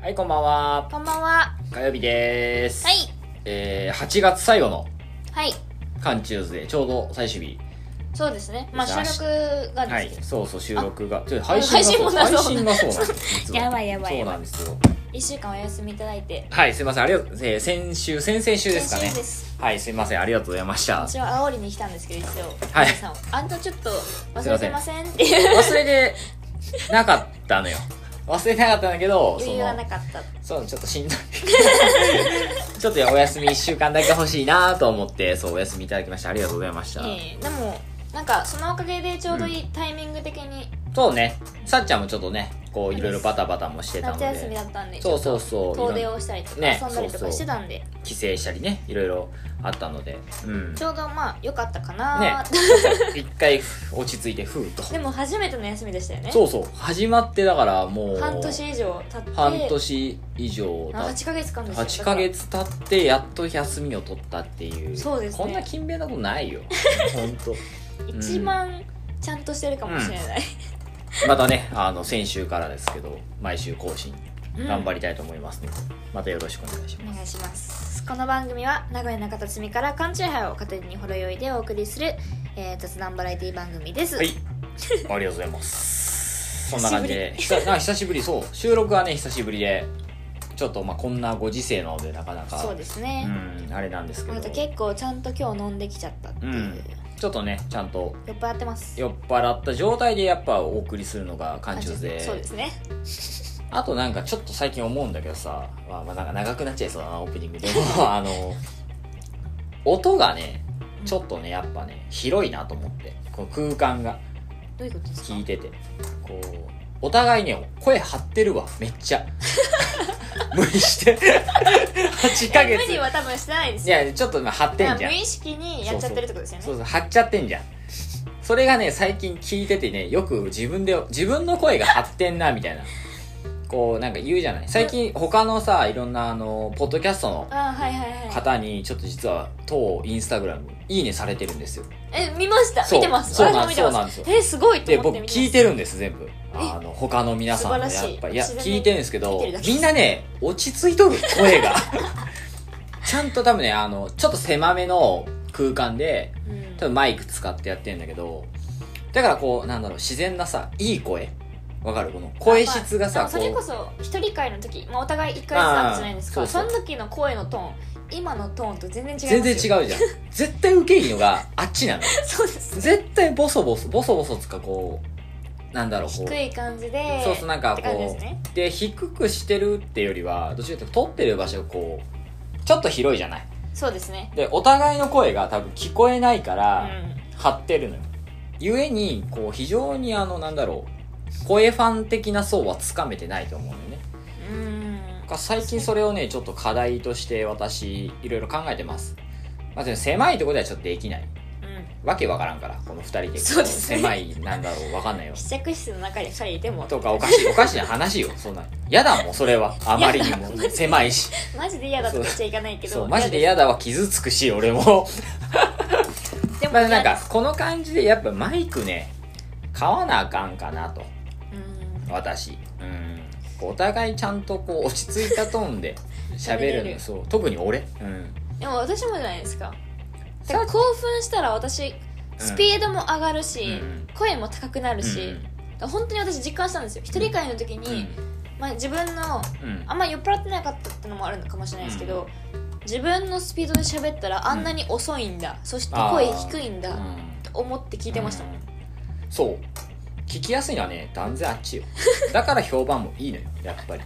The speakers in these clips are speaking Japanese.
はい、こんばんは。こんばんは。火曜日です。はい。えー、8月最後のはい。缶チューズで、ちょうど最終日。そうですね。まあ収よし録がはいですけ。ど、そうそう、収録が。ちょ配信もな配そう信がそうなんです実はやばいやばいそうやばいなんですよ。一週間お休みいただいて。はい、すいません。ありがとう。えー、先週、先々週ですかね先週。です。はい、すいません。ありがとうございました。私は煽りに来たんですけど、一応。はい皆さんをあんたちょっと忘れてませんっていう忘れてなかったのよ。忘れてなかったんだけど、そ余裕がなの、かった。そう、ちょっとしんどい。 ちょっとお休み1週間だけ欲しいなと思って、そう、お休みいただきました。ありがとうございました。ええでも、なんかそのおかげでちょうどいいタイミング的にそうね。さっちゃんもちょっとね、こういろいろバタバタもしてたの夏で。休みだったんで、そうそうそう。遠出いろんをしたりとか、ね遊んだりとそうそうかしてたんで、帰省したりね、いろいろあったので。うん。ちょうどまあ良かったかなねー、一回落ち着いて、ふうと。 でも初めての休みでしたよね。そうそう。始まってだからもう。半年以上経って、半年以上あ経っ8ヶ月間ですよ8ヶ月経ってやっと休みを取ったっていうそうですねこんな勤勉なことない よ本当。一番ちゃんとしてるかもしれない、またねあの先週からですけど毎週更新頑張りりたいと思いますので、またよろしくお願いしおます願いしますこの番組は名古屋の片隅から缶チューハイを片手にほろ酔いでお送りする、えー雑談バラエティ番組です、はい。ありがとうござい ます。そんな感じで、久なんか久しぶり、そう、収録はね、久しぶりで、ちょっとまあこんなご時世なので、なかなか、そうですね、うん、あれなんですけあど、と結構ちゃんと今日飲んできちゃったっていう、うんちょっとね、ちゃんと酔っ払ってます酔っ払った状態でやっぱお送りするのが感情で、そうですねあとなんかちょっと最近思うんだけどさ、まあ、まあなんか長くなっちゃいそうだな、オープニングで も、あの、音がね、ちょっとね、やっぱね、広いなと思って、こう空間が。どういうことですか聞いててこうお互いね声張ってるわめっち ゃ無理して8ヶいや月無理は多分してないですいよやちょっと今張ってんじまゃあん無意識にやっちゃってるってことですよねそうそう張っちゃってんじゃんそれがね最近聞いててねよく自分で自分の声が張ってんなみたいなこうなんか言うじゃない最近他のさいろんなあのポッドキャストのあはいはいはい方にちょっと実は当インスタグラムいいねされてるんですよえ見ましたそう見てますそうなん私も見てまそすうなんですよえすごいとで思っ僕て見てます聞いてるんです全部あの他の皆さんの素晴らしいやっぱいや自然に聞いてるんですけど見てるだけみんなね落ち着いとる声が ちゃんと多分ねあのちょっと狭めの空間でうん多分マイク使ってやってるんだけどだからこうなんだろう自然なさいい声わかるこの声質がさ、まあまあでもこそれこそ一人会の時、まあ、お互い一回したじゃないですあかあそそうそうの時の声のトーン今のトーンと全然違います全よ然違うじゃん絶対ウケいいのが あっちなの そうです絶対ボソボソボソボソつかこうなんだろうこう低い感じでそうそうなんかって感じですこうねで低くしてるってよりはどっちらかというと撮ってる場所がこうちょっと広いじゃないそうですねでお互いの声が多分聞こえないかうらん張ってるのよ、ゆえにこう非常にあのなんだろう声ファン的な層はつかめてないと思うのよねうんだから最近それをねちょっと課題として私いろいろ考えてますまあ、でも狭いところではちょっとできないうんわけわからんからこの2人でこそうですね狭いなんだろうわかんないよ試着室の中に2人いてもとかおかしいおかしな話よそんなやだもんそれはあまりにも狭いしマジで嫌だとかしちゃいかないけどそうマジで嫌だわ傷つくし俺 も でもまあなん嫌でかすこの感じでやっぱマイクね買わなあかんかなとうん私うんお互いちゃんとこう落ち着いたトーン で喋喋るれのるそう特に俺うんでも私もじゃないですかだから興奮したら私スピードも上がるし、うん声も高くなるし、うだんから本当に私実感したんですよ一人会の時に、まあ、自分のうんうんあんま酔っ払ってなかったってのもあるのかもしれないですけど、自分のスピードで喋ったらあんなに遅いんだ、そして声低いんだうんと思って聞いてましたもん、うんそう聞きやすいのはね断然あっち よだから評判もいいのよやっぱり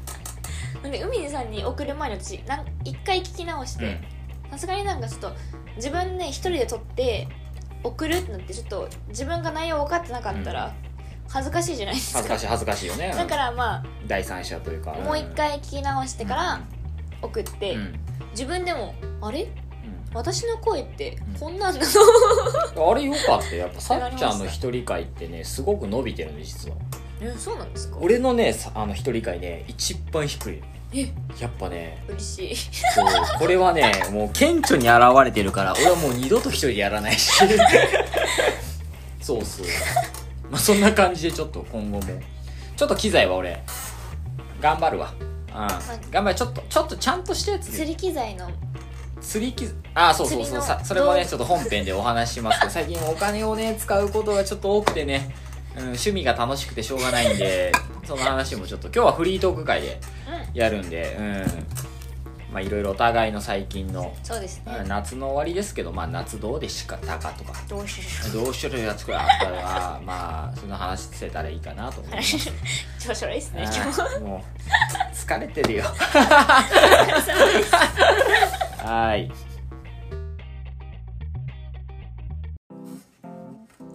なんで海地さんに送る前に私なん一回聞き直してさすがになんかちょっと自分で一人で撮って送るってなってちょっと自分が内容分かってなかったら恥ずかしいじゃないです恥ずかかしい恥ずかしいよねだからま第三者というかあもう一回聞き直してから送って、うんうん自分でもあれうん私の声ってこんなんなの、あれよかったよやっぱさっちゃんの一人会ってねすごく伸びてるの実は えそうなんですか俺のねさあの一人会ね一番低いえやっぱね嬉しいそうこれはねもう顕著に現れてるから俺はもう二度と一人でやらないしそうそうまあそんな感じでちょっと今後もちょっと機材は俺頑張るわうん、頑張れちょっとちょっとちゃんとしたやつ釣でり機材の釣り機あそうそうそう釣りのさそれも道ね具ちょっと本編でお話しし ますけど最近お金をね使うことがちょっと多くてね、うん、趣味が楽しくてしょうがないん でその話もちょっと今日はフリートーク会でうやるんでうんまあいろいろお互いの最近の、んそうですうんね夏の終わりですけどまあ夏どうでしたかとかどうしようどうしようやつかあったらまあその話せたらいいかなと思います調子悪いですね今日あー もう疲れてるよ はい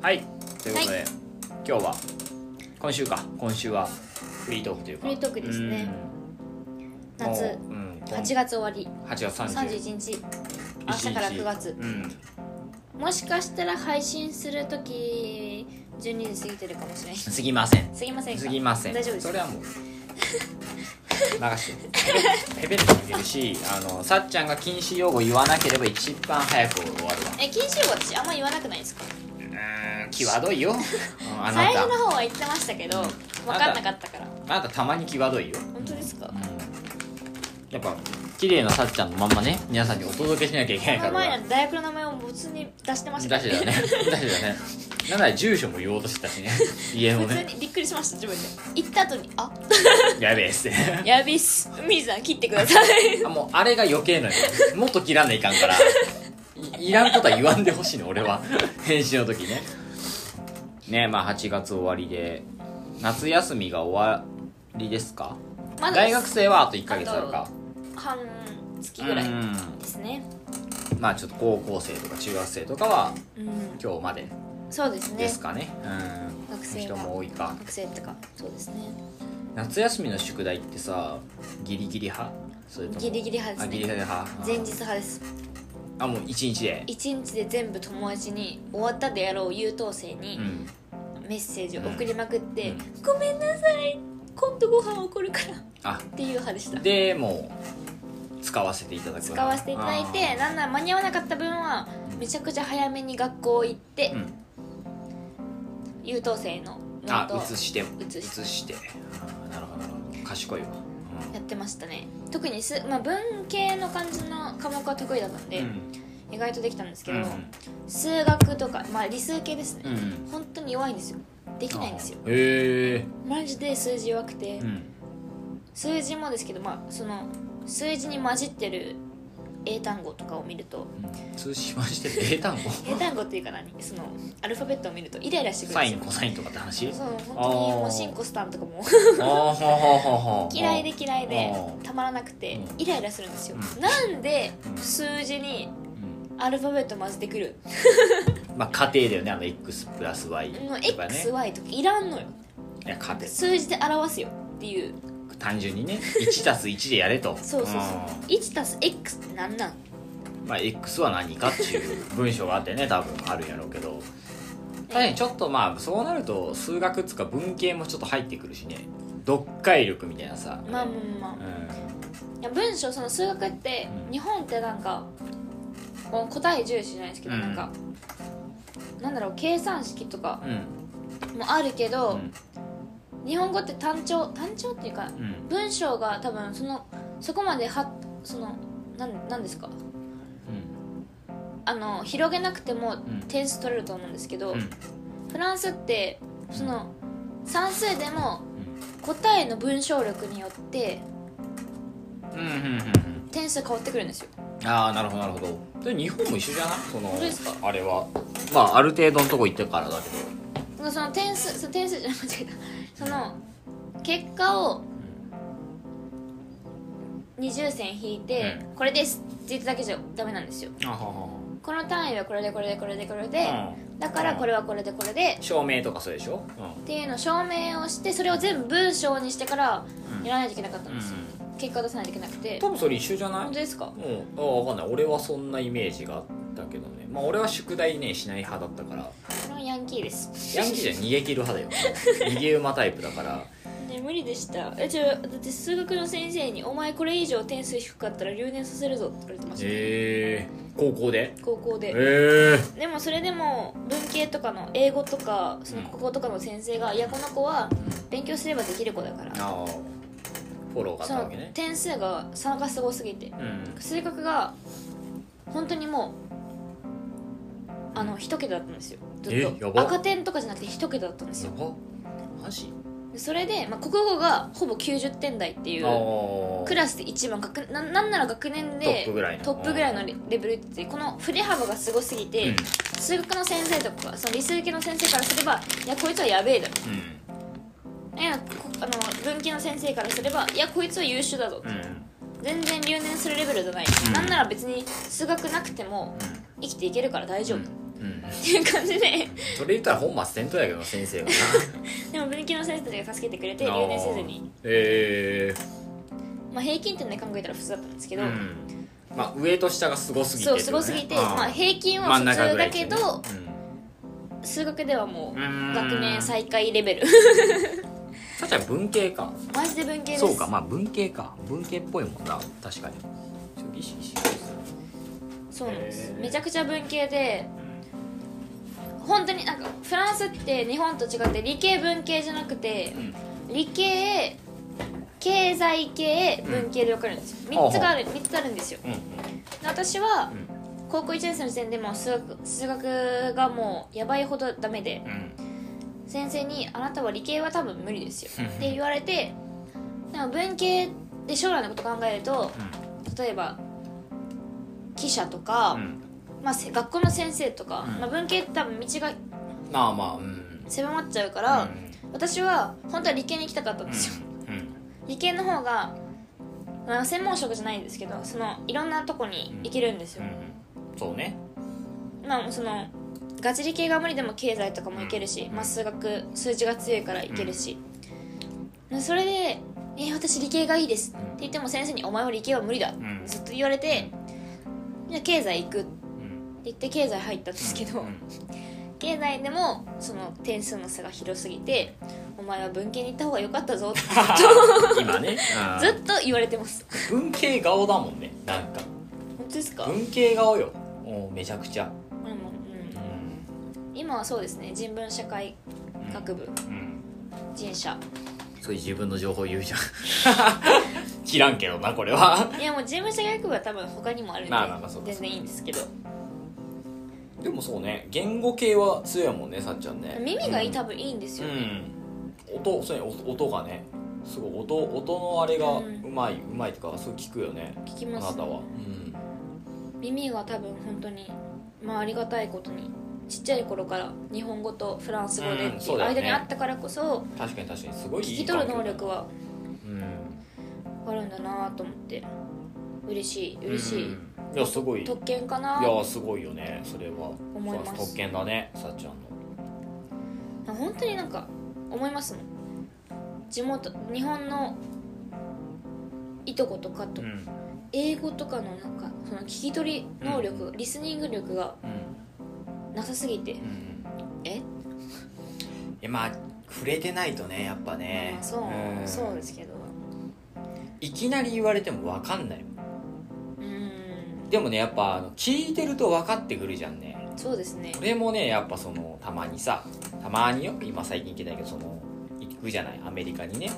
はいということで、はい今日は今週か今週はフリートークというかフリートークですねうん夏もううん、 8 8月終わり月31 31日明日から9月うんもしかしたら配信する時12時過ぎてるかもしれないすぎませんすぎませんかすぎません大丈夫ですそれはもう流 してペペルっていけるしあのさっちゃんが禁止用語言わなければ一番早く終わるわえ禁止用語私あんま言わなくないですかうーん際どいようんあな最た初の方は言ってましたけど分かんなかったからあなたたまに際どいよ本当ですうかんやっぱ綺麗なさっちゃんのまんまね皆さんにお届けしなきゃいけないこかの前らの大学の名前を普通に出してま出ししてたたから ね出してたねなんなら住所も言おうとしてたしね家の普通ねにびっくりしました自分で行った後にあやべえっすねやべっす水さん切ってくださ いあもうあれが余計なのよもっと切らないかんからいいらんことは言わんでほしいの俺は編集の時ねねまあ8月終わりで夏休みが終わりですかまだ大で学す生はあと1ヶ月あるか半月ぐらいうんですねまあちょっと高校生とか中学生とかはうん、今日までそうですねですかねうん学生は人も多いか学生とかそうですね夏休みの宿題ってさギリギリ派それともギリギリ派ですねあギリギリ派前日派ですあもう1日で一日で全部友達に終わったでやろう優等生にうんメッセージを送りまくって、うんごめんなさい今度ご飯おごるからっあていう派でしたでもう使わせていただく使わせていただいてなんなら間に合わなかった分はめちゃくちゃ早めに学校行って、うん優等生のあノートを移して移してしてあなるほどなるほど賢いわやってましたね特にす、まあ、文系の感じの科目は得意だったんうんで、意外とできたんですけど、うん数学とか、まあ、理数系ですね、うんうん本当に弱いんですよできないんですよあへえマジで数字弱くて、うん数字もですけど、まあ、その数字に混じってる英単語とかを見ると通信はしてて英単語英単語っていうか何そのアルファベットを見るとイライラしてく るんサでイすンよコサインとかって話そう本当にあーもうシンコスタンとかもああほうほうほうほう嫌いで嫌いであーたまらなくてうんイライラするんですよ、うんなんでうん数字にうんアルファベット混ぜてくるまあ家庭だよねあの X プラス Y もうとかね XY とかいらんのよいや家数字で表すよっていう庭単純にね1たす1でやれとそうそうそうう1たす X ってなんなんんまあ X は何かっていう文章があってね多分あるんやろうけど確かにちょっとまあそうなると数学つか文系もちょっと入ってくるしね読解力みたいなさまあまあまうんあいや文章その数学ってうん日本ってなんかこう答え重視じゃないですけど、うんなんかなんだろう計算式とかうんもあるけうど、ん日本語って単調単調っていうかうん文章が多分そのそこまではそのなんなんですかあの広げなくてもん点数取れると思うんですけど、うんフランスってその算数でも答えの文章力によってうんうんうんうん点数変わってくるんですよああなるほどなるほどで日本も一緒じゃないその本当ですかあれはまあある程度のとこ行ってからだけどだからその点数その点数 じゃない間違えたその結果を20線引いて、これですって言っただけじゃダメなんですよあははこの単位はこれでこれでこれでこれで、はだからこれははこれでこれで証明とかそうでしょうんっていうのを証明をしてそれを全部文章にしてからうんやらないといけなかったうんんですよ、うん結果出さないといけなくて多分それ一緒じゃない本当ですかうん、あ分かんない俺はそんなイメージがあったけどねまあ俺は宿題ねしない派だった からそれはヤンキーですヤンキーじゃ逃げ切る派だよ 逃げ馬タイプだからね無理でしたえじゃだって数学の先生に「お前これ以上点数低かったら留年させるぞ」って言われてました、えー、高校で高校でえでもそれでも文系とかの英語とかそのうん国語とかの先生が「いやこの子は勉強すればできる子だからああフォローがあっそたわのけね点数が差がすごすぎてうん性格が本当にもうあの一桁だったんですよずえっやとば赤点とかじゃなくて一桁だったんですやよばマジでそれで、まあ、国語がほぼ90点台っていうああクラスで一番学ななんなら学年トッでプぐらいのトップぐらいのレレベルってこの振れ幅がすごすぎて、数学の先生とかその理数系の先生からすればいやこいつはやべえだろうんいやこあの文系の先生からすればいやこいつは優秀だぞ、うんうんうん全然留年するレベルじゃない、うんなんなら別に数学なくても生きていけるから大丈夫、っうんうんていう感じでそれ言ったら本末転倒やけど先 生がなでも文系の先生たちが助けてくれて留年せずに、えまあ、平均点で考えたら普通だったんですけえど、うんまあ上と下がすごすぎてそうすごすぎて、ってことねまあ、平均は真ん普中通ぐらいだっていけうねど、数学ではもううん学年最下位レベルさっちゃん文系かマジで文系ですそうかまあ文系か文系っぽいもんな確かにちょっと意識しないですそうなんです、へーめちゃくちゃ文系で本当になんかフランスって日本と違って理系文系じゃなくてうん理系経済系文系で分かれるんですよほうほう3つがある三つあるんですようんで私はうん高校1年生の時点でもう数学数学がもうやばいほどダメでうん先生に「あなたは理系は多分無理ですよ」うんって言われてでも文系で将来のこと考えると例えば記者とか、うんうんまあ、せ学校の先生とか、うんまあ、文系って多分道がまあまあうん狭まっちゃうから、うん私は本当は理系に行きたかったんですよ、うん理系の方が、まあ、専門職じゃないんですけどそのいろんなとこに行けるんですよ、うんそうねまあそのガチ理系が無理でも経済とかも行けるし、まあ、数学数字が強いから行けるし、でそれで「え私理系がいいです」って言っても先生に「お前は理系は無理だ」んずっと言われて「じゃあ経済行く」っうてん言って経済入ったんですけど、うん経済でもその点数の差が広すぎて「お前は文系に行った方が良かっ たぞ」って今 ねうんずっと言われてます文系顔だもんねなんか本当ですか、文系顔よもうめちゃくちゃこれうもうん今はそうですね人文社会学部うん人社そういう自分の情報言うじゃん 知らんけどなこれはいやもう人文社会学部は多分他にもあるんで、まあまあまあそうです全然いいんですけどでもそうね言語系は強いもんねさっちゃんね耳がいいた多分いいんですうよ、ん音そうね音音がねすごい音音のあれがうんうまいうまいとかそう聞くよね聞きあなますたはうん耳が多分本当にまあありがたいことにちっちゃい頃から日本語とフランス語でうんっていそううだよね間にあったからこそ確かに確かにすごいい聞いき取る能力はうんあるんだなと思って嬉しい嬉しい、うんいやすごいい特権かなやすごいよねそれは思います特権だねさっちゃんの本当になんか思いますもん地元日本のいとことかと、うん英語とかのなんかその聞き取り能力、リスニング力がうんなさすぎてうんえいやまあ触れてないとねやっぱねまあ、そう、んそうですけどいきなり言われても分かんないうんでもねやっぱあの聞いてると分かってくるじゃんねそうですね俺もねやっぱそのたまにさたまによ今最近行けないけどその行くじゃないアメリカにね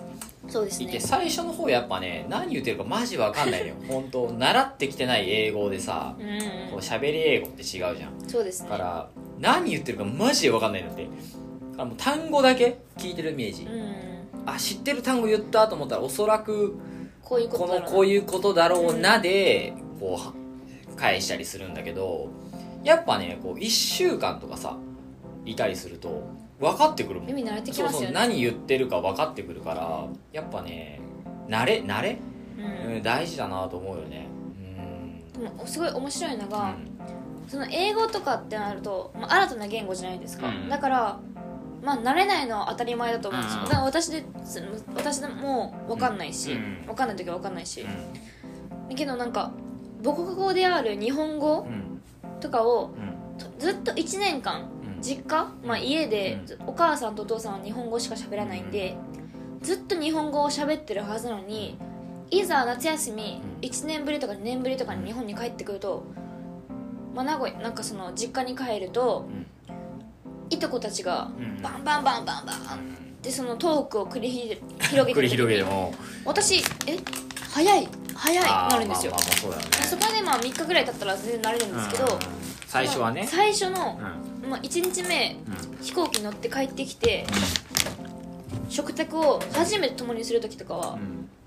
そうです行ってね最初の方やっぱね何言ってるかマジ分かんないの よ本当習ってきてない英語でさうんこうう喋り英語って違うじゃんんそうですだねから何言ってるかマジで分かんないのってだからもう単語だけ聞いてるイメージ、うんあ知ってる単語言ったと思ったらおそらくこういうこことだのろうこういうことだろうなでこうは返したりするんだけどやっぱねこう1週間とかさいたりすると分かってくるもん耳慣れてきそうますそようね何言ってるか分かってくるからやっぱね慣れ慣れ、うん、大事だなと思うよねうん、でもすごい面白いのうんが、その英語とかってなると、まあ、新たな言語じゃないですか、うんだからまあ慣れないのは当たり前だと思うんですようんだから私でその私でも分かんないし、うん分かんない時は分かんないし、うだけどなんか母国語である日本語んうんとかをうんとずっと1年間うん実家、まあ、家でうんずお母さんとお父さんは日本語しか喋らないんでずっと日本語を喋ってるはずなのにいざ夏休みうん1年ぶりとか2年ぶりとかに日本に帰ってくると、まあ、名古屋なんかその実家に帰るとうんいとこたちがうんバンバンバンバンバンでそのトークを繰り広げ 繰てり広げてるも私え早い早いあーなるんですよ、まあまあまあそうだよねそこでまあ3日ぐらい経ったら全然慣れるんですけど、うんうんうん最初はね最初のう、んまあ、1日目うん飛行機乗って帰ってきて食卓を初めて共にする時とかは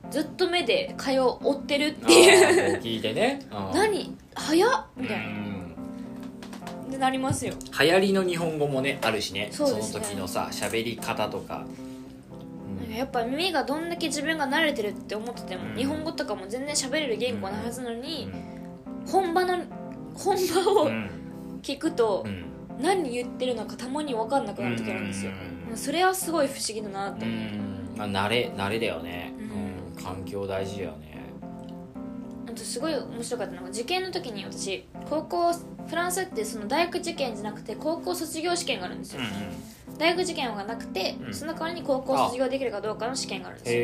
うんずっと目で会話を追ってるっあーていうこう聞いてねうん何早っみたういんなってなりますよ流行りの日本語もねあるしねそうですねの時のさ喋り方とか、うんやっぱ耳がどんだけ自分が慣れてるって思ってても、うん日本語とかも全然喋れる言語なはずなのに、う本場の本場をん聞くとう、ん何言ってるのかたまに分かんなくなる時あるんですよ、うんまあそれはすごい不思議だなうと思う、んまあ、慣れ慣れだよね、うんうん環境大事だよねあとすごい面白かったのが受験の時に私高校フランスってその大学受験じゃなくて高校卒業試験があるんですよ、大学受験はなくて、うんその代わりに高校卒業できるかどうかの試験があるんですよへ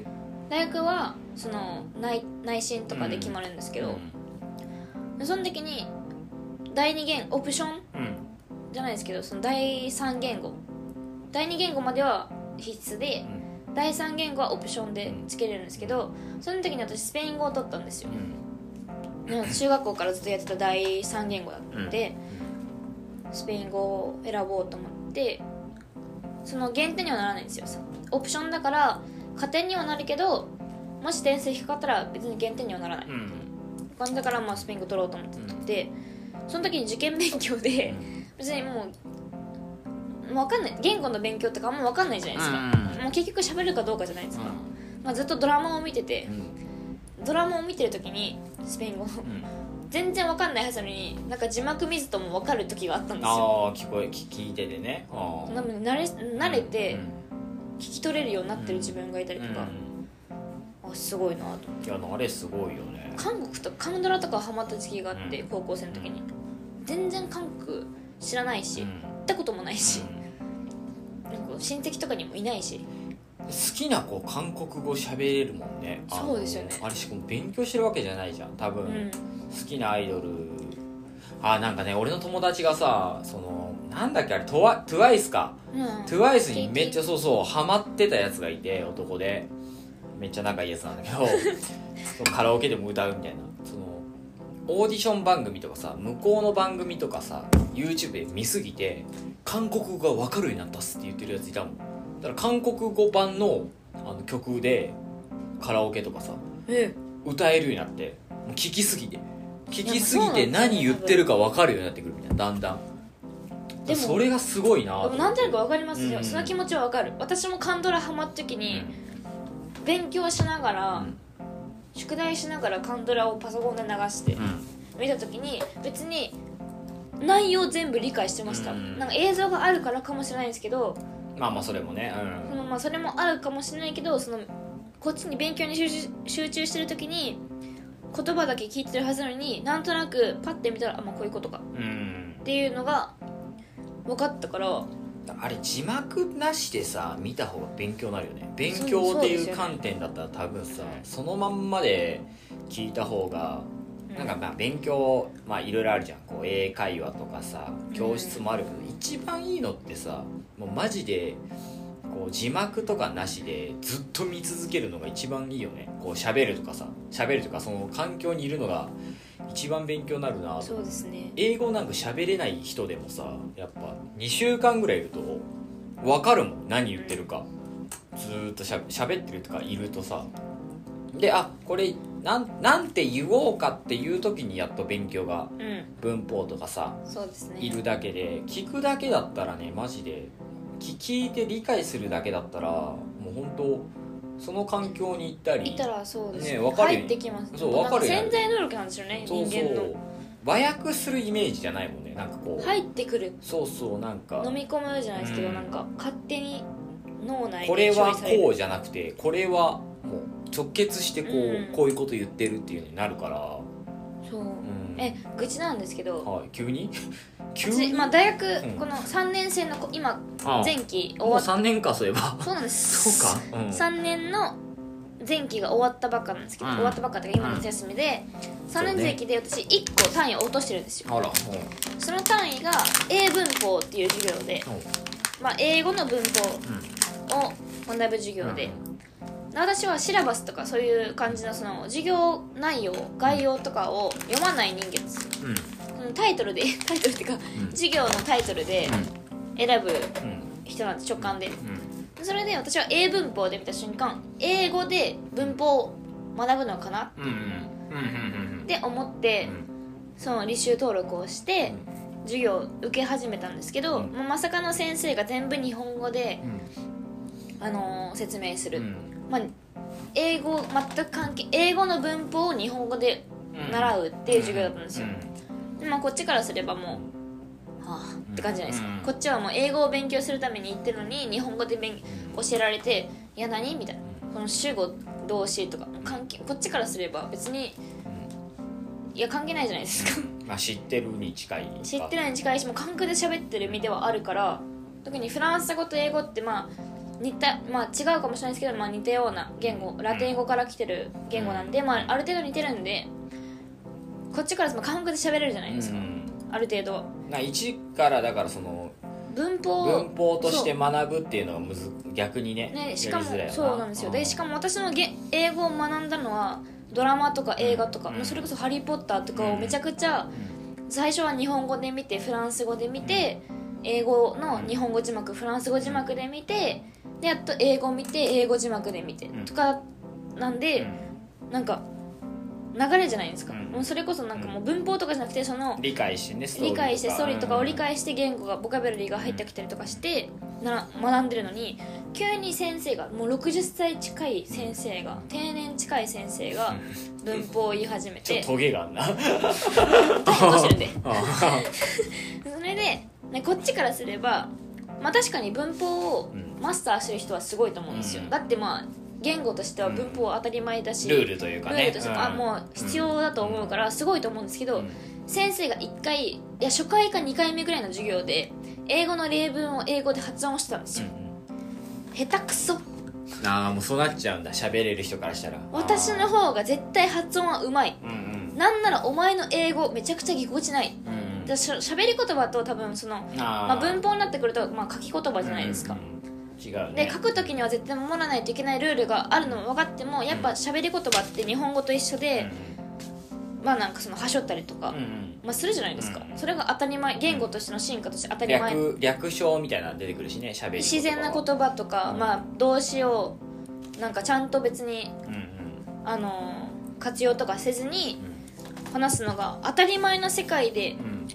え大学はその内内申とかで決まるんですけど、その時に第二言オプションうんじゃないですけどその第三言語第二言語までは必須で第三言語はオプションでつけれるんですけどその時に私スペイン語を取ったんですようんなんか中学校からずっとやってた第三言語だったので、スペイン語を選ぼうと思ってその減点にはならないんですよオプションだから加点にはなるけどもし点数低かったら別に減点にはならないうん感じだからまあスペイン語取ろうと思っててその時に受験勉強で別にもうもう分かんない言語の勉強とかあんま分かんないじゃないですか、もう結局喋るかどうかじゃないですか、まあ、ずっとドラマを見ててドラマを見てる時にスペイン語のうん全然わかんないはずなのになんか字幕見ずともわかる時があったんですよああ聞こえ聞聞いててねあーなので慣れ慣れてうん聞き取れるようになってる自分がいたりとか、あすごいなとうんいやあれすごいよね韓国と韓ドラとかハマった時期があって、うん高校生の時に全然韓国知らないし、うん行ったこともないし、うんなんか親戚とかにもいないし好きな子韓国語喋れるもんねあのそうですよねあれしかも勉強してるわけじゃないじゃん多分、うん好きなアイドルあなんかね俺の友達がさそのなんだっけあれトワ TWICE かうん、 TWICE にめっちゃそうそうハマってたやつがいて男でめっちゃ仲いいやつなんだけ どそのカラオケでも歌うみたいなそのオーディション番組とかさ向こうの番組とかさ YouTube で見すぎて韓国語が分かるようになったっすって言ってるやついたもんだから韓国語版のあの曲でカラオケとかさえ歌えるようになってもう聞きすぎて聞きすぎていやそうなんですよ何言ってるか分かるようになってくるみたいなだんだんでもそれがすごいなでもなんとなくわかりますよ、うんその気持ちはわかる私も韓ドラハマった時に、勉強しながら、うん宿題しながら韓ドラをパソコンで流してうん見た時に別に内容全部理解してました、うんなんか映像があるからかもしれないんですけどまあまあそれもね、そのまあそれもあるかもしれないけどそのこっちに勉強に集中集中してる時に言葉だけ聞いてるはずなのになんとなくパッて見たらあ、まあ、こういうことかうん、うんっ、ていうのが分かったからあれ字幕なしでさ見た方が勉強になるよね勉強っていう観点だったら多分さそのまんまで聞いた方がなんかまあ勉強まあいろいろあるじゃんこう英会話とかさ教室もあるけど、一番いいのってさもうマジでこう字幕とかなしでずっと見続けるのが一番いいよねこう喋るとかさ喋るとかその環境にいるのが一番勉強になるなそうですね英語なんか喋れない人でもさやっぱ2週間ぐらいいると分かるもん何言ってるかずーっとしゃ喋ってるとかいるとさであこれなんなんて言おうかっていう時にやっと勉強がうん文法とかさそうですねいるだけで聞くだけだったらねマジで聞聞いて理解するだけだったらもう本当その環境に行ったりいたらそうですねわかるよ入ってきますそうわかるよなん潜在能力なんですよねそうそ人間のう和訳するイメージじゃないもんねなんかこう、入ってくるそうそうなんか飲み込むじゃないですけど、うんなんか勝手に脳内これで処は理されるこうじゃなくてこれはもう直結してこう,、うんこういうこと言ってるっていうのになるから、そう、うん、え愚痴なんですけどはい急に 急私、に、まあ、大学、うんこの3年生の子今あ前期終もうわっ3年かそういえば そうなんですそうか、うん、 3年の前期が終わったばっかなんですけど、うん終わったばっかっていうか今の夏休みで、三3年生期で私1個単位を落としてるんですよあら、その単位が英文法っていう授業で、うんまあ、英語の文法うを学ぶ授業で、私はシラバスとかそういう感じのその授業内容概要とかを読まない人間ですうんうんそのタイトルで タイトルっていうか授業のタイトルで選ぶうんうん人なんです直感でうんそれで私は英文法で見た瞬間英語で文法を学ぶのかなうんうんうんうんうんうんって思ってその履修登録をしてう授業を受け始めたんですけど、うんまあまさかの先生が全部日本語で、あのー説明する、うんまあ、英語全く関係英語の文法を日本語でうん習うっていう授業だったんですよう、でまあ、こっちからすればもうはあって感じじゃないですか、うんこっちはもう英語を勉強するために行ってるのに日本語で勉教えられて「いや何?」みたいなこの主語動詞とか関係こっちからすれば別にいや関係ないじゃないですかうんまあ知ってるに近い知っていないに近いしもう感覚で喋ってる身ではあるから特にフランス語と英語ってまあ似たまあ違うかもしれないですけど、まあ、似たような言語ラテン語から来てる言語なんで、まあ、ある程度似てるんでこっちからその感覚で喋れるじゃないですか、ある程度な一からだからその文法を文法として学ぶっていうのはむず逆にねね、しかもやりづらいよそうなんですよでしかも私のげ英語を学んだのはドラマとか映画とか、うんもうそれこそ「ハリー・ポッター」とかうをんめちゃくちゃ最初は日本語で見てフランス語で見て英語の日本語字幕フランス語字幕で見てでやっと英語見て英語字幕で見てうんとかなんでなんか流れじゃないですか、うんもうそれこそなんかもう文法とかじゃなくてその理解してねストーリーと理か解してストーリーとかを理解して言語がボキャブラリーが入ってきたりとかしてな学んでるのに急に先生がもう60歳近い先生が定年近い先生が文法を言い始めちょってとトゲがあ んな大変してるんでうそれで、ね、こっちからすれば、まあ、確かに文法をうんマスターしてる人はすごいと思うんですよ、うんだってまあ言語としては文法は当たり前だし、ん ルールというかルねールとしてもあんもう必要だと思うからすごいと思うんですけど、うん先生が1回いや初回か2回目ぐらいの授業で英語の例文を英語で発音してたんですよ、下手くそああもうそうなっちゃうんだ喋れる人からしたら私の方が絶対発音はうまいうんうんなんならお前の英語めちゃくちゃぎこちないうんうんだしゃ喋り言葉と多分その、あまあ、文法法になってくると、まあ、書き言葉じゃないですか、違うねで書く時には絶対守らないといけないルールがあるのも分かってもやっぱ喋り言葉って日本語と一緒で、まあなんかそのはしょったりとか、うんうんまあ、するじゃないですか、うんそれが当たり前言語としての進化として当たり前略略称みたいなの出てくるしね喋り自然な言葉とか、うんまあ、動詞をなんかちゃんと別に、うんうんあのー活用とかせずにう話すのが当たり前な世界でんうん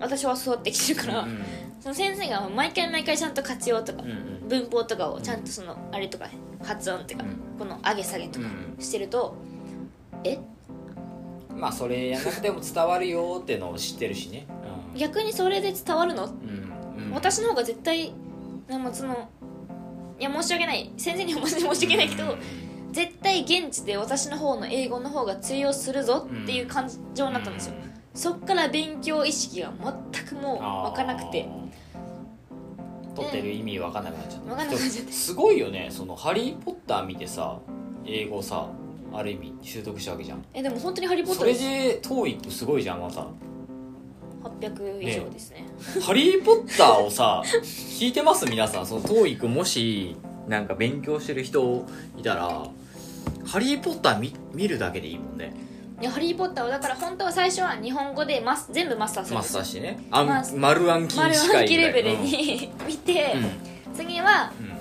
私は育ってきてるから、うんその先生が毎回毎回ちゃんと活用とかうん うん文法とかをちゃんとそのあれとか発音とか、うんこの上げ下げとかうんしてると、えまあそれやんなくても伝わるよってのを知ってるしね逆にそれで伝わるの、うんうんうん私の方が絶対なんかそのいや申し訳ない先生には申し訳ないけど、絶対現地で私の方の英語の方が通用するぞっていう感情になったんですよ、そっから勉強意識が全くもう湧かなくて取ってる意味分かんなくなっちゃったわかんなくなっちゃってすごいよねその「ハリー・ポッター」見てさ英語さある意味習得したわけじゃんえでも本当に「ハリー・ポッタそー」でれすで TOEIC すごいじゃんまた800以上ですね「ハリー・ポッター」を さ聞いてます皆さんその TOEIC もしなんか勉強してる人いたら「ハリー・ポッター見」見るだけでいいもんねいやハリー・ポッターはだから本当は最初は日本語でマス全部マスターするんマでスすタよーしてねあんまあ丸暗記丸しか暗い記ぐらレいベルに 見て、うん次は、うんうん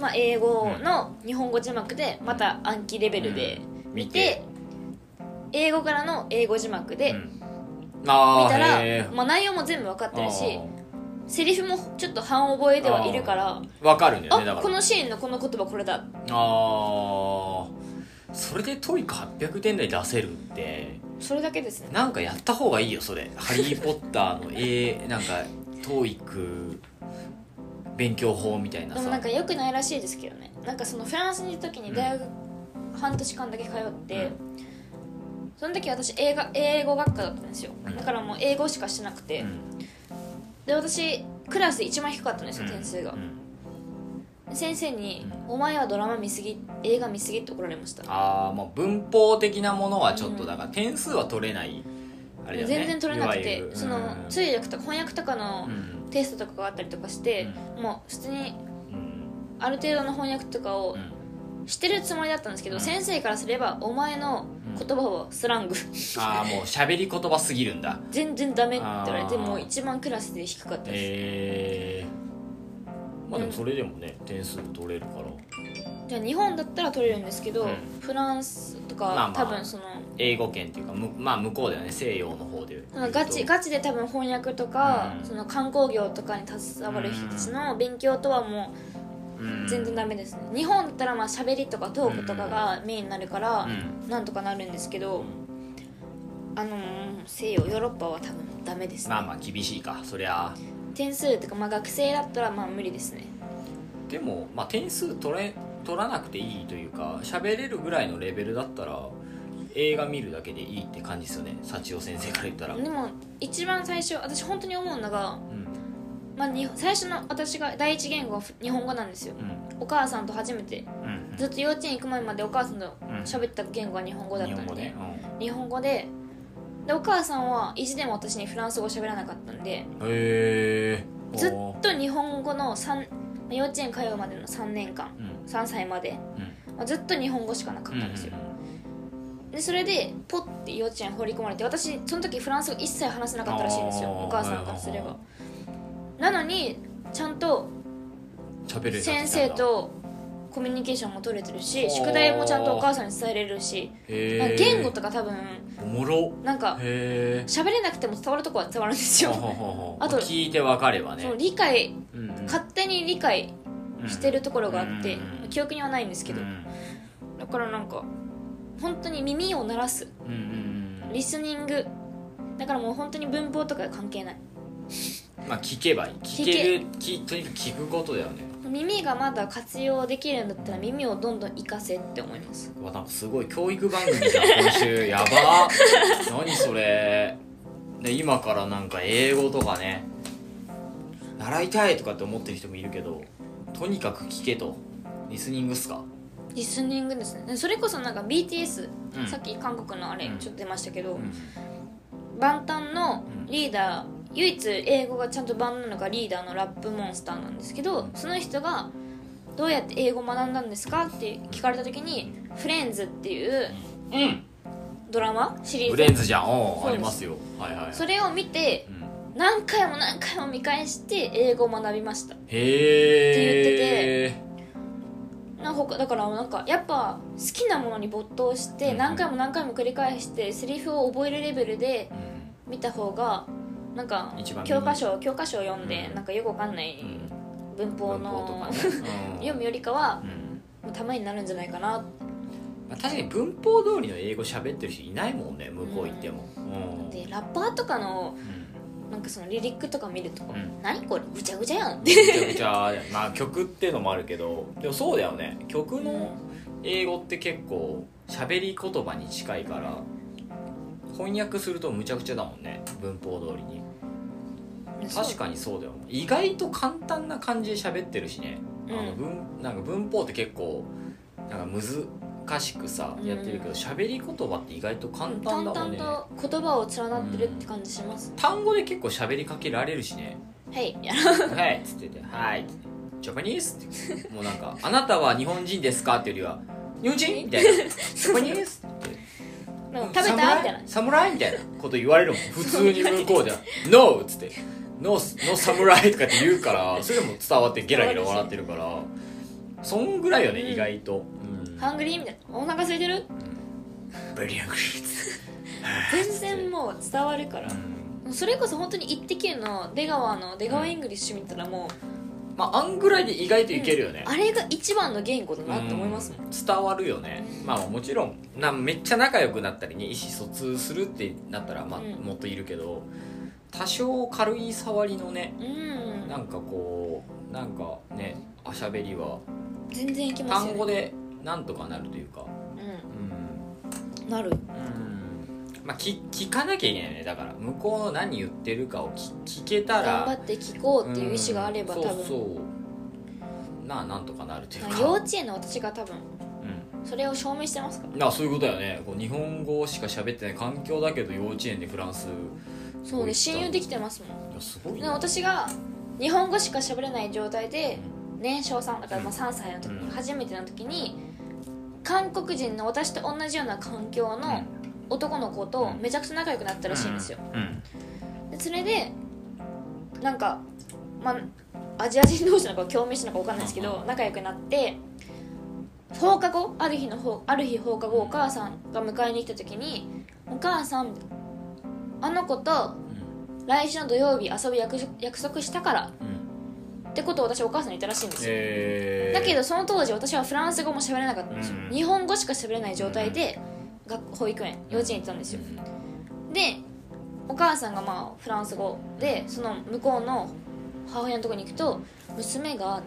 まあ、英語の日本語字幕でまた暗記レベルでうん見て、英語からの英語字幕でう見んあーたら、へーまあ、内容も全部分かってるしあーセリフもちょっと半覚えではいるからわかるんだよあねだからこのシーンのこの言葉これだああそれでトイック800点台出せるってそれだけですねなんかやった方がいいよそれ「ハリー・ポッター」の A なんかトイック勉強法みたいなでさもなんか良くないらしいですけどねなんかそのフランスにいる時に大学半年間だけ通って、その時私英語英語学科だったんですようんだからもう英語しかしてなくて、うんで私クラスで一番低かったんですよ、点数がう、ん先生にう「お前はドラマ見すぎ映画見すぎ」って怒られましたああもう文法的なものはちょっとだから、点数は取れないあれだよね全然取れなくていわゆるそのうん通訳とか翻訳とかうのんテストとかがあったりとかして、もう普通にある程度の翻訳とかをうんしてるつもりだったんですけど、うん先生からすればお前の言葉はスラングああもう喋り言葉すぎるんだ全然ダメって言われてあーもう一番クラスで低かったです、えー、まあでもそれでもね点数取れるからじゃあ日本だったら取れるんですけど、うんフランスとか、まあまあ多分その英語圏っていうかむまあ向こうだよね西洋の方で言うとなんかガチガチで多分翻訳とか、うんその観光業とかに携わる人たちの勉強とはもうんう全然ダメですね、日本だったらまあ喋りとかトークとかがメインになるからうんなんとかなるんですけど、あのー西洋ヨーロッパは多分ダメですね、まあまあ厳しいかそりゃあ点数とか、まあ、学生だったらまあ無理ですねでも、まあ、点数取れ取らなくていいというか喋れるぐらいのレベルだったら映画見るだけでいいって感じですよね幸代先生から言ったら、でも一番最初私本当に思うのが、うんまあ、に最初の私が第一言語は日本語なんですようんお母さんと初めてうんずっと幼稚園行く前までお母さんと喋った言語は日本語だっ日た本語んで、ね、日本語ででお母さんは意地でも私にフランス語喋らなかったんでうん、へえずっと日本語の三幼稚園通うまでの3年間うん3歳まで、うまあずっと日本語しかなかんったんですよ、でそれでポッて幼稚園放り込まれて私その時フランス語一切話せなかったらしいんですよあーお母さんからすはれいばはなのにちゃんと喋れるようになって先きたん生だとコミュニケーションも取れてるしおー宿題もちゃんとお母さんに伝えれるしへなんーか言語とか多分おもろなんかへえ喋れなくても伝わるとこは伝わるんですよああとと聞いて分かればねそう理解うんうん勝手に理解してるところがあってうん記憶にはないんですけどうんだからなんか本当に耳を鳴らすうんうんリスニングだからもう本当に文法とか関係ないうんまあ聞けばいい聞けるきとにかく聞くことだよね耳がまだ活用できるんだったら耳をどんどん活かせって思いますうわなんかすごい教育番組じゃん今週やば何それで今からなんか英語とかね習いたいとかって思ってる人もいるけどとにかく聞けとリスニングっすかリスニングですねそれこそなんか BTS、うんさっき韓国のあれうんちょっと出ましたけど、うん万端のうんリーダー唯一英語がちゃんと万なのがリーダーのラップモンスターなんですけどその人が「どうやって英語を学んだんですか?」って聞かれた時に「フレンズ」っていううんドラマシリーブズレンズじゃんおうそうですありますよはいはいはいそれを見てうん何回も何回も見返して英語を学びましたへえなんか他だからなんかやっぱ好きなものに没頭しうんてうん何回も何回も繰り返してセリフを覚えるレベルでうん見た方がなんか一番教科書教科書を読んでうんなんかよくわかんないうん文法文法とかのね読むよりかはうんたまになるんじゃないかなまあ確かに文法通りの英語喋ってる人いないもんね向こう行ってもうんでラッパーとかのうんなんかそのリリックとか見ると「ん何これぐちゃぐちゃやん」っめて、ちゃくちゃまあ曲ってのもあるけどでもそうだよね曲の英語って結構喋り言葉に近いから翻訳するとむちゃくちゃだもんね文法通りに確かにそうだよね意外と簡単な感じで喋ってるしねあのうん文なんか文法って結構なんか難しくさやってるけうんど喋り言葉って意外と簡単淡だもんね々と言葉を連なってるって感じします、単語で結構喋りかけられるしねはいはいっつってて「はい」っつって「ジャパニーズ」ってもうなんか「あなたは日本人ですか?」っていうよりは「日本人?」みたいな「ジャパニーズ」ってなんか食べたみたいな侍侍みたいなこと言われるもん普通に向こうで「NO」っつって「NO, no 侍」とかって言うからそれでも伝わってゲラゲラ笑ってるからそんぐらいよね、うん意外と「ハングリー」みたいな「お腹空いてる?ブリアングリーズ」全然もう伝わるからそれこそ本当に「イッテ Q!」の出川の出川イングリッシュ見たらもう、まああんぐらいで意外といけるよね、あれが一番の言語だなって思いますもん、うん伝わるよね、まあもちろんなめっちゃ仲良くなったりね意思疎通するってなったら、まあうんもっといるけど多少軽い触りのねうんなんかこうなんかねおしゃべりは全然いきますよ、ね、単語でなんとかなるというかうん、うんなるまあ、聞聞かなきゃいけないよねだから向こうの何言ってるかを聞聞けた頑張らって聞こうっていう意思があれば、うん多そう分そうなあなんとかなるというか幼稚園の私が多分うんそれを証明してますからあそういうことだよねこう日本語しか喋ってない環境だけど幼稚園でフランスそうですごい親友できてますもんいやすごいで私が日本語しか喋れない状態でう日年少さんだからまあうん3歳の時うん初めての時に韓国人の私と同じような環境の男の子とめちゃくちゃ仲良くなったらしいんですようんでそれでなんかまあアジア人同士なのか共鳴したのか分かんないですけど仲良くなって放課後ある日の放ある日放課後お母さんが迎えに来た時に「お母さんあの子と来週の土曜日遊ぶ約束約束したから」うんうんってことを私お母さんに言ったらしいんですよ、えーだけどその当時私はフランス語も喋れなかったんですよ、うん日本語しか喋れない状態で学保育園幼稚園行ってたんですよ、でお母さんがまあフランス語でその向こうの母親のとこに行くと娘が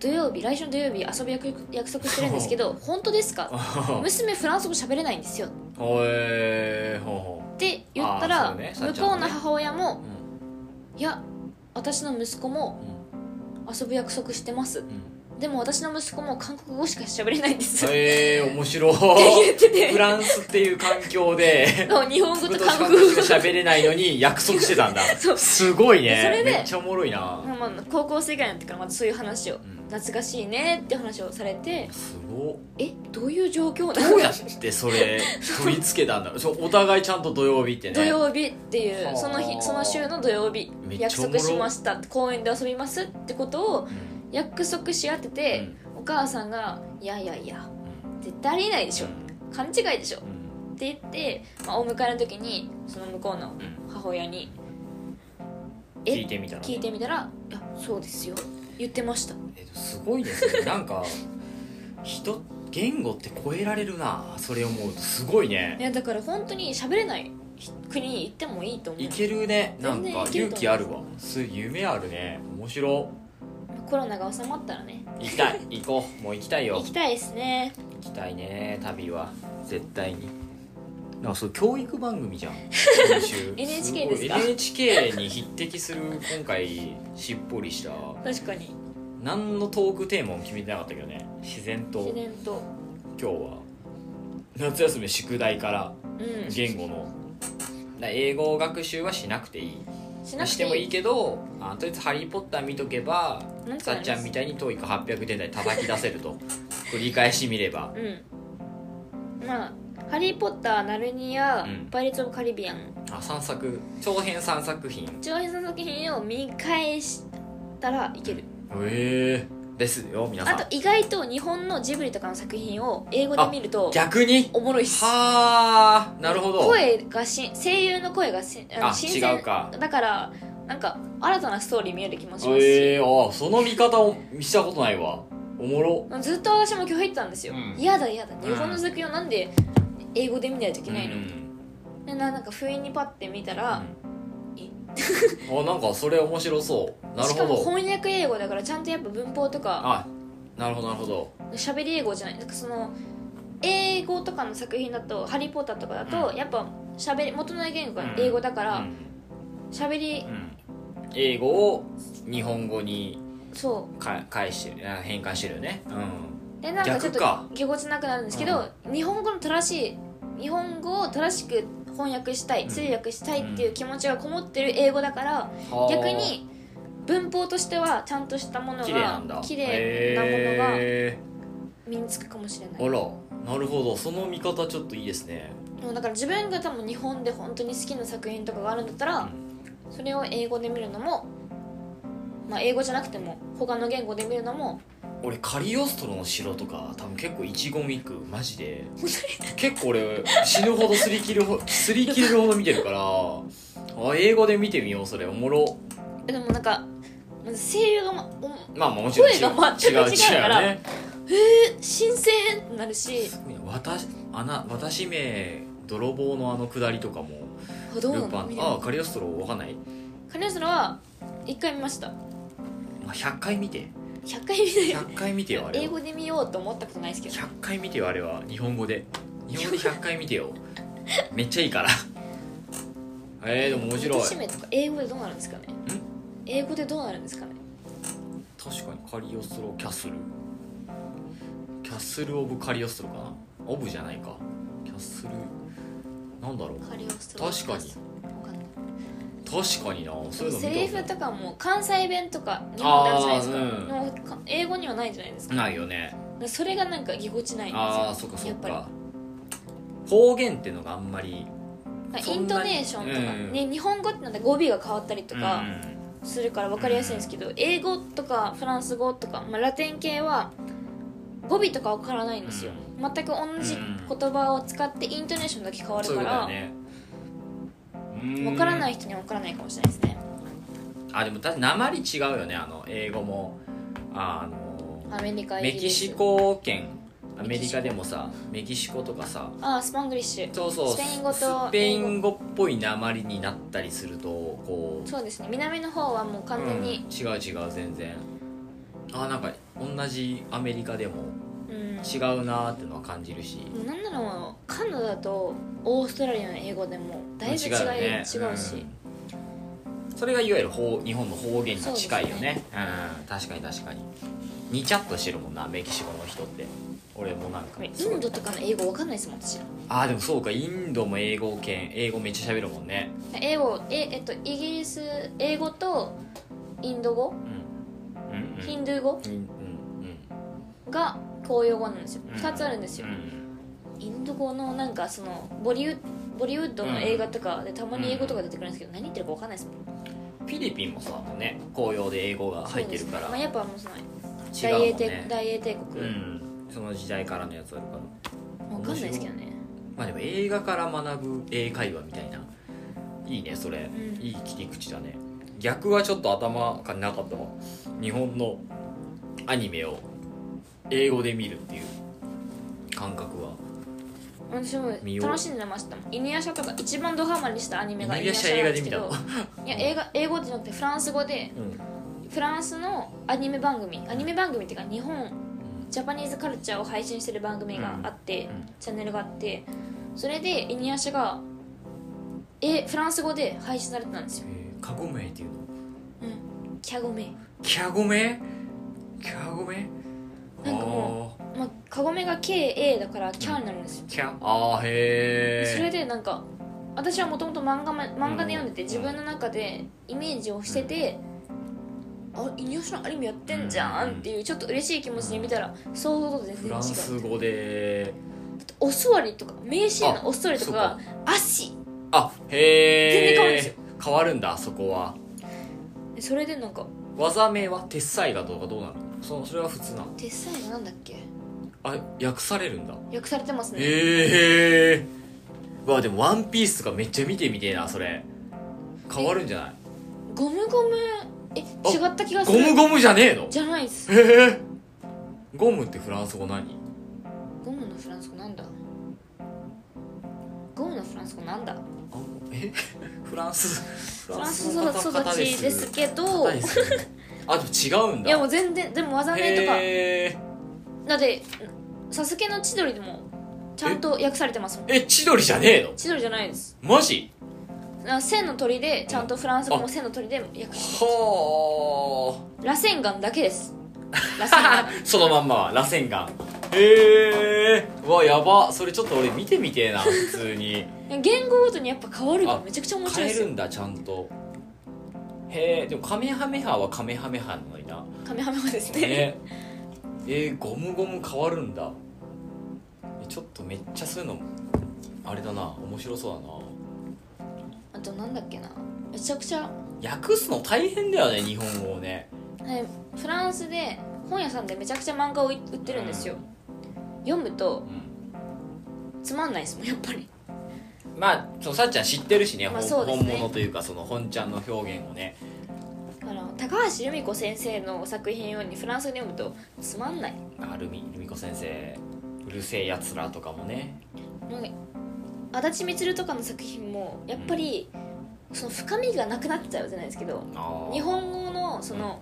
土曜日来週の土曜日遊び約約束してるんです けど本当ですかうん 娘フランス語喋れないんですよっほえーほうほて言ったあーら、そうねさっ向ちゃんこはうねの母親うもうん「いや私の息子も遊ぶ約束してます うんうんでも私の息子も韓国語しか喋れないんです」ってええー、面白い言っててフランスっていう環境でそう日本語僕とと韓韓国国語しか喋れないのに約束してたんだそうすごいそねれでめっちゃおもろいな、まあまあ高校生ぐらいになってからまたそういう話をうん懐かしいねって話をされてすごっえどういう状況などうやってそれ取り付けたんだろうそうお互いちゃんと土曜日ってね 土曜日っていはうあその日その週の土曜日めっちゃ約束しました公園で遊びますってことをうん約束し合ってて、お母さんが「いやいやいや絶対ありえないでしょ勘違いでしょ」っうんて言って、まあ、お迎えの時にその向こうのうん母親に「聞いえてみたら聞いてみたら「いやそうですよ言ってました」えっとすごい ですねなんか人言語って超えられるなそれ思うとすごいねいやだから本当に喋れない国に行ってもいいと思ういけるねなん全然かいける勇と思う気あるわす夢あるね面白コロナが収まったらね行きたい行こうもう行きたいよ行きたいですね行きたいね旅は絶対になんかそう教育番組 じゃん今週 NHK ですかごい NHK に匹敵する今回しっぽりした確かに何のトークテーマも決めてなかったけどね自然と自今然と日は夏休み宿題からうん言語のだ英語学習はしなくていいしなくしてもいいけどあとりあえず「ハリー・ポッター」見とけばなんとかさなりますっちゃんみたいに TOEIC800 点台叩き出せると繰り返し見ればうんまあ「ハリー・ポッター」「ナルニア」うんパイレーツ・オブ・カリビアンあ3作長編3作品」長編の作品を見返したらいけるええですよ皆さあんと意外と日本のジブリとかの作品を英語で見ると逆におもろいっすはあなるほど声がし声優の声がしあのあ新違鮮うかだからなんか新たなストーリー見える気もしますし、ええあその見方をしたことないわおもろずっと私も拒否言ってたんですようん嫌、だ嫌だん日本の作品をなんで英語で見ないといけないの、うんでななんか不意にパッて見たら、うん あなんかそれ面白そうなるしかもほど翻訳英語だからちゃんとやっぱ文法とかあなるほどなるほど喋り英語じゃないなんかその英語とかの作品だと「ハリー・ポッター」とかだと、うんやっぱ喋り元の言語うがん英語だから、うん喋りうん英語を日本語にそか返してるあ変換してるよねうでなんかちょっ逆とかぎこちなくなるんですけど、日本語の正しい日本語を正しく翻訳したいうん通訳したいっていう気持ちがこもってる英語だから、うんはあ逆に文法としてはちゃんとしたものが綺麗なんだ綺麗なものがへ身につくかもしれないえあらなるほどその見方ちょっといいですねもうだから自分が多分日本で本当に好きな作品とかがあるんだったら、それを英語で見るのも、まあ、英語じゃなくても他の言語で見るのも俺カリオストロの城とか多分結構イチゴミックマジ で結構俺死ぬほど擦り切るほ擦り切れるほど見てるからあ英語で見てみようそれおもろえでもなんかまず声優が、ま、おまあもちろん違う声が全く違うから違うね新鮮ってなるしすごいな私あな私名泥棒のあのくだりとかもあどうルなパのンみたいあなカリオストロわかんない、カネズラは1回見ましたまあ、100回見 て100回見ない100回見てよあれは英語で見ようと思ったことないですけど100回見てよあれは日本語で日本語で100回見てよめっちゃいい からえー、でも面白い私名とか英語でどうなるんですかね英語でどうなるんですかね確かにカリオストロキャッスルキャッスル・オブ・カリオストロかなオブじゃないかキャッスルなんだろうカリオストロ確かにわかんない確かになそういうの見たことセないリフとかも関西弁とか日本であるじゃないですか、あーうんでもか英語にはないじゃないですかないよねそれがなんかぎこちないんですよああそっかそやっっかぱ方言ってのがあんまりりそイんンなトにネーションとか、うんね、日本語ってなんで語尾が変わったりとかうんするから分かりやすいんですけど、英語とかフランス語とか、まあ、ラテン系は語尾とか分からないんですよ、全く同じ言葉を使ってイントネーションだけ変わるそういうかことだよら、ね分からないい人には分からないかもしれないですねあでも確かにり違うよねあの英語もあのアメリカイギメリスキシコ圏アメリカでもさメキシコとかさああスパングリッシュそうそうスペイン語とスペイン語っぽいりになったりするとこうそうですね南の方はもう完全に、うん違う違う全然あなんか同じアメリカでもうん違うなーってのは感じるし、もうなんならカナダとオーストラリアの英語でもだいぶ違い違う,、よねし、うんそれがいわゆる方日本の方言が近いよそうでねうん確かに確かににちゃっとしてるもんなメキシコの人って俺もなんかこれインドとかの英語わかんないですもん私ああでもそうかインドも英語圏英語めっちゃ喋るもんね英語え、えっと、イギリス英語とインド語うんうんうんヒンドゥー語うんうんが公用語なんですようん2つあるんですよ、うんインド語のなんかそのボリウッボリウッドの映画とかでたまに英語とか出てくるんですけど、何言ってるかわかんないですもんフィリピンもそうだもんね公用で英語が入ってるかそうですまあ、らやっぱもうその違うも大英ん帝ね大英帝う国、んその時代からのやつあるからわかんないですけどねまあでも映画から学ぶ英会話みたいないいねそれ、んいい切り口だね逆はちょっと頭がなかったわ日本のアニメを英語で見るっていう感覚は私も見よう楽しんでましたもん犬夜叉とか一番ドハマりしたアニメが犬夜叉映な画んで見たのどいや映画英語じゃなくてフランス語でうんフランスのアニメ番組アニメ番組っていうか日本ジャパニーズカルチャーを配信してる番組があって、うんチャンネルがあってそれで犬夜叉がえフランス語で配信されてたんですよ、えーカゴメっていうのうん、キャゴメキャゴメキャゴメなんかもあまあカゴメが KA だからキャーになるんですよーキャあーへえそれでなんか私はもともと漫画ま漫画で読んでてうん自分の中でイメージをしてて、あイニオシのアニメやってんじゃうんんっていうちょっと嬉しい気持ちで見たら想像と全フ然違ランうス語でお座りとか名シーンのお座りとかあが足あへえ全然変わるんですよ変わるんだそこはそれでなんか技名は鉄彩画とかどうなのそのそれは普通なの鉄サイがなんだっけあ訳されるんだ訳されてますねへえー、わでも「ワンピースとかめっちゃ見てみてえなそれ変わるんじゃないゴムゴムえあ違った気がすゴるムゴムじゃねえのじゃないですへえゴムってフランス語何ゴムのフランス語なんだゴムのフランス語なんだあえ フランスフフランス育ちですけど方ですよねあでも違うんだいやもう全然でも技名とかへーだってサスケの千鳥でもちゃんと訳されてますもんえ千鳥じゃねえの千鳥じゃないですマジあ千の鳥でちゃんとフランス語の千の鳥で訳してますはあ螺旋丸だけです螺旋 丸そのまんまは螺旋がへえー、うわやばそれちょっと俺見てみてえな普通に 言語ごとにやっぱ変わるかあらめちゃく ちゃ面白変いでえするよんだちゃんとへえでもカメハメハはカメハメハなのになカメハメハですねねえー、ゴムゴム変わるんだえちょっとめっちゃそういうのあれだな面白そうあとなんだっけなめちゃくちゃだな訳すの大変だよね日本語をねはいフランスで本屋さんでめちゃくちゃ漫画を売ってるんですよ、読むとうんつまんないですもんやっぱりまあそのさっちゃん知ってるしね,、まあほんそうですね本物というかその本ちゃんの表現をねあの高橋由美子先生の作品ようにフランスで読むとつまんないあルミルミ子先生うるせえやつらとかもねなんか足立みつるとかの作品もやっぱり、その深みがなくなっちゃうじゃないですけどあー日本語のその、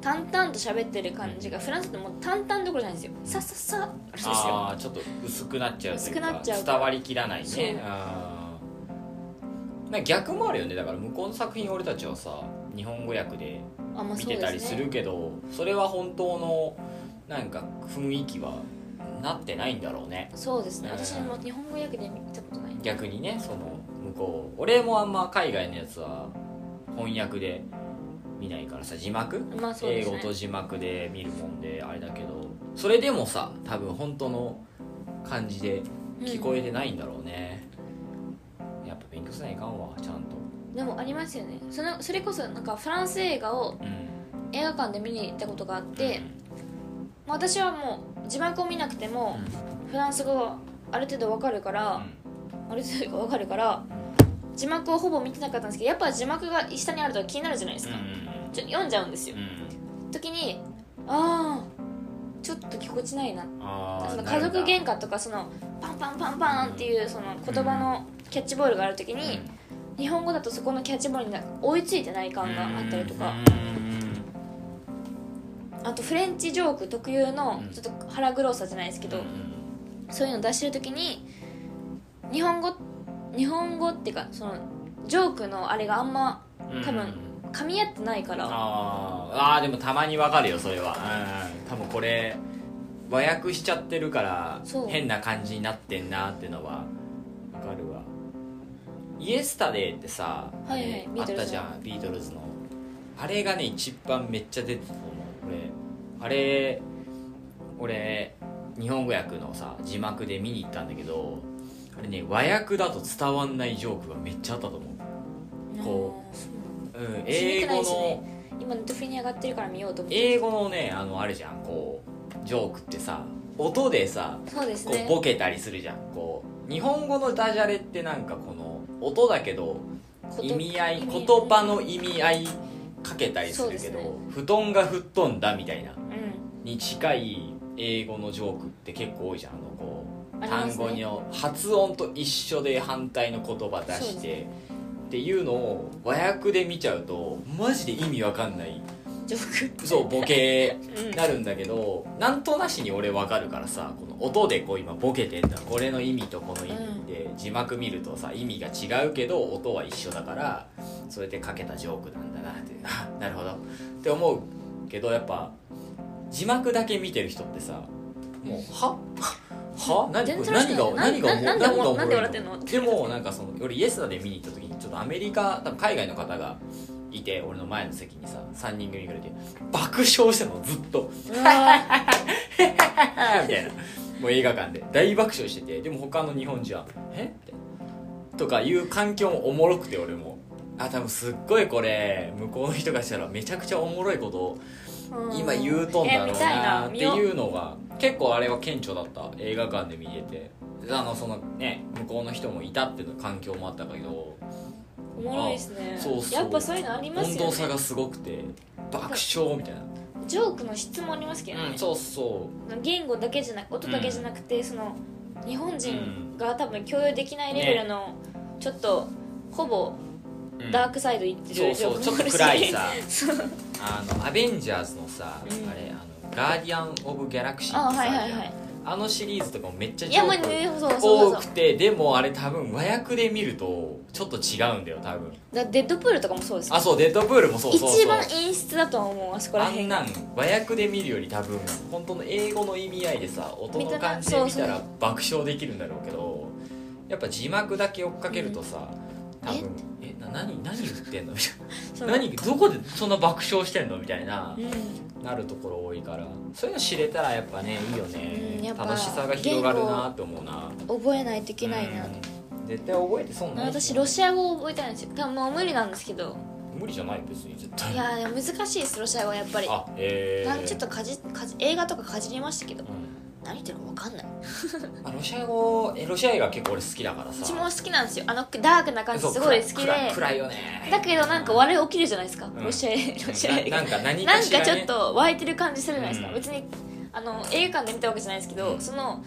淡々と喋ってる感じがフランスってもう淡々どころじゃないんですよさっさっさあるんですよあーちょっと薄くなっちゃうというか薄くなっちゃう伝わりきらないそうねあーなんか逆もあるよねだから向こうの作品俺たちはさ日本語訳であまあ見そうてでたりすすねるけどそ,、れは本当のなんか雰囲気はなってないんだろうねそうですねうん私も日本語訳で見たことない逆にねその向こう俺もあんま海外のやつは翻訳で見ないからさ字幕、まあそうで英す語ねと字幕で見るもんであれだけどそれでもさ多分本当の感じで聞こえてないんだろうね、やっぱ勉強せないかんわちゃんとうんでもありますよねそのそれこそなんかフランス映画をうん映画館で見に行ったことがあって、まあ私はもう字幕を見なくてうんもフランス語がある程度わかるから、ある程度わかるから字幕をほぼ見てなかったんですけどやっぱ字幕が下にあると気になるじゃないですか、ちょ読んじゃうんですようんうんうん時にああちょっとぎこちないなあそーの家族なる喧嘩とかそのパンパンパンパンっていうその言葉のキャッチボールがある時にんだ日本語だとそこのキャッチボールになんか追いついてない感があったりとかうんあとフレンチジョーク特有のうんちょっと腹黒さじゃないですけどうんそういうの出してる時に日本語日本語っていうかそのジョークのあれがあんまうん多分噛み合ってないからあーあーでもたまにわかるよそれはうん多分これ和訳しちゃってるからそう変な感じになってんなってのはわかるわイエスタデーってさ、はいはあいれビーあっトルズたのじゃんビートルズのあれがね一番めっちゃ出てたと思う俺あれ俺日本語訳のさ字幕で見に行ったんだけどあれね和訳だと伝わんないジョークがめっちゃあったと思うんこう、うん、英知らな語いしのね今ネットフリに上がってるから見ようと思って英語のねあのあれじゃんこうジョークってさ音でさそうですこねうボケたりするじゃんこう日本語のダジャレってなんかこの音だけどこと意味合い意言味葉の意味合いかけたりするけそうですど、ね布団が吹っ飛んだみたいなうに近い英語のジョークって結構多いじゃんあのこうんあります単ね語の発音と一緒で反対の言葉出そうしですて、っていうのを和訳で見ちゃうとマジで意味わかん ないジョーそうボケクうんなるんだけどなんとなしに俺わかるからさこの音でこう今ボケてんだこれの意味とこの意味で字幕見るとさ意味が違うけど音は一緒だからそれでかけたジョークなんだなって あなるほどって思うけどやっぱ字幕だけ見てる人ってさもうはは何全これ然楽何しがくな何いがおもな何がななんでおもろいなんで笑ってんのでもなんかその俺イエスタで見に行った時にちょっとアメリカ多分海外の方がいて俺の前の席にさ3人組ぐらいで爆笑してたのずっとうわあー みたいなもう映画館で大爆笑しててでも他の日本人は「えっ?」てとかいう環境もおもろくて俺もあ多分すっごいこれ向こうの人がしたらめちゃくちゃおもろいことを ー今言うとんだえろ見うたいななって見よういうのが結構あれは顕著だった映画館で見れてあのそのね向こうの人もいたっていう環境もあったけどおもろいですねあそうそうやっぱそういうのあります温度よ差ねがすごくて爆笑みたいな、ジョークの質もありますけどねうん、そうそ言語だけじゃなく音だけじゃなくて、その日本人が多分共有できないレベルの、ちょっとほぼう、うんダークサイドいってそるうジョそうちょっークもあとるし暗いさ そうあのアベンジャーズのさ、うんあれあのガーディアン・オブ・ギャラクシーあってさはいはいはいあのシリーズとかもめっちゃいやもうジョーねそうそうクそう多そうくてでもあれ多分和訳で見るとちょっと違うんだよ多分だからデッドプールとかもそうですあそうデッドプールもそうそうそう一番演出だと思うあそこらあ辺んがなん和訳で見るより多分本当の英語の意味合いでさ音の感じで見見たたなそうら爆笑できるんだろうけどやっぱ字幕だけ追っかけるとさ、うん多分えな何何言って んのみたいそなの何どこでそんな爆笑してんのみたいなうなるところ多いからそういうの知れたらやっぱねいいよね、うんやっぱ楽しさが広がるなって思うなん覚えないといけないな、うん絶対覚えてそんな私ロシア語を覚えたいんですよ多分もう無理なんですけど無理じゃない別に絶対いやー難しいですロシア語はやっぱりあえー、なんかちょっとかじかじ映画とかかじりましたけどうん何言ってるか分かんないまあ、ロシア語えロシア映画結構俺好きだからさうちも好きなんですよあのダークな感じそうすごい好きで暗い暗いよねだけどなんか笑い起きるじゃないですか、んロシアロシア映な画なんか何なかんしら、かね、ちょっと湧いてる感じするじゃないですか、うん別にあの映画館で見たわけじゃないですけど、うんその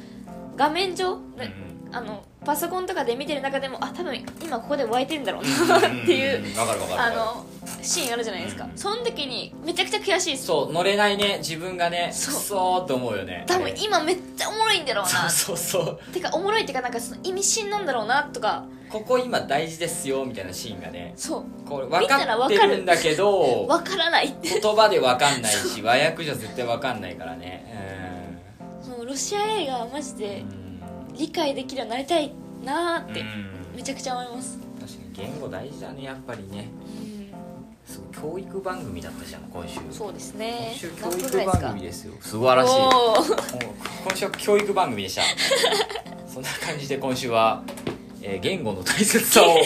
画面上、うんうん、あのパソコンとかで見てる中でもあ多分今ここで湧いてるんだろうな っうんていう、んんわかるわかるあのシーンあるじゃないですか、うんその時にめちゃくちゃ悔しいですそう乗れないね自分がねそうくそーって思うよね多分あれ今めっちゃおもろいんだろうなそうそうそうてかおもろいってかなんかその意味深なんだろうなとかここ今大事ですよみたいなシーンがねそこれ見分たらかっ分てかるるんだけうどわからない って言葉で分かんないし和訳じゃ絶対分かんないからねもうロシア映画はマジうんでうん理解できるようになりたいなーってうんめちゃくちゃ思います、確かに言語大事だねやっぱりねうん教育番組だったじゃん今週そうです今ね週教何分ぐ育らいです番か組ですよ素晴らしいもうおー今週は教育番組 でしたそんな感じで今週は、えー言語の大切さを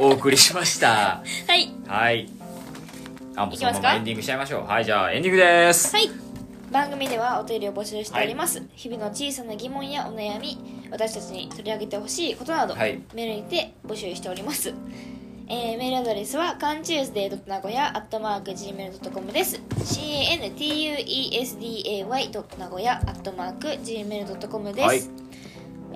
お送りしましたはいはいあもうそのまいきますまかエンディングしちゃいましょうはいじゃあエンディングですはい番組ではお便りを募集しております、日々の小さな疑問やお悩み私たちに取り上げてほしいことなど、はいメールにて募集しております、えーメールアドレスは c a n t u e s d a y n a g o y a g m a i l c o m です cantuesday.nagoya.gmail.com です、はい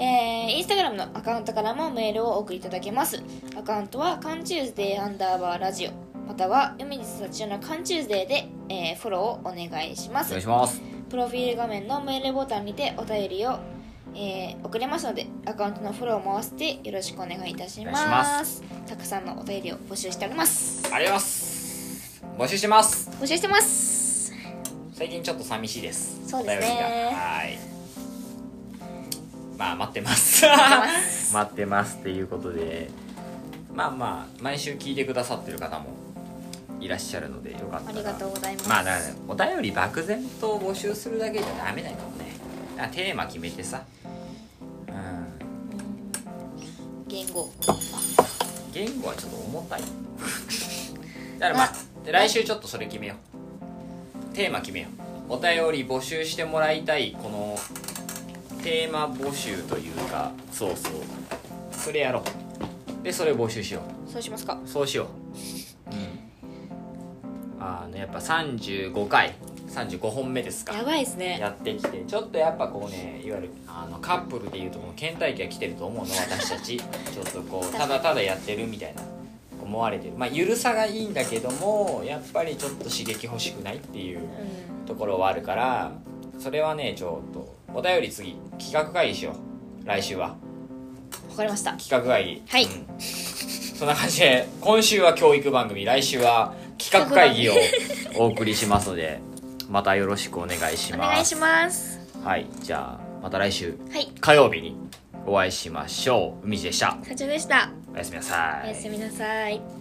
えー、インスタグラムのアカウントからもメールをお送りいただけますアカウントは「カンチューズデーアンダーバーラジオ」または「海にさちのカンチューズデーで」えーフォローをお願いしまおす願いしますプロフィール画面のメールボタンにてお便りを、えー送れますのでアカウントのフォローを回してよろしくお願いいたしますお願いしますたくさんのお便りを募集しておりますありがとうございます募集してます募集してます最近ちょっと寂しいですそうですねお便りがはいまあ待ってます 待ってますっていうことでまあまあ毎週聞いてくださってる方もいらっしゃるのでよかったらありがとうございます、まあだからねお便り漠然と募集するだけじゃダメだよねだからテーマ決めてさうん言語言語はちょっと重たいだからまあで来週ちょっとそれ決めようテーマ決めようお便り募集してもらいたいこのテーマ募集というかそうそうそれやろうでそれ募集しよそうしますかうそうしよううんあのやっぱ35回35本目ですかやばいですねやってきてちょっとやっぱこうねいわゆるあのカップルでいうともう倦怠期が来てると思うの私 たちちょっとこうただただやってるみたいな思われてるまあゆるさがいいんだけどもやっぱりちょっと刺激欲しくないっていううんところはあるからそれはねちょっとお便り次企画会議しよう来週はわかりました企画会議はいうん そんな感じで今週は教育番組来週は企画会議をお送りしますのでまたよろしくお願いしおます願いしますはい、じゃあまた来週はい火曜日にお会いしましょう。海地でした。課長でしたおやすみなさおやすみなさい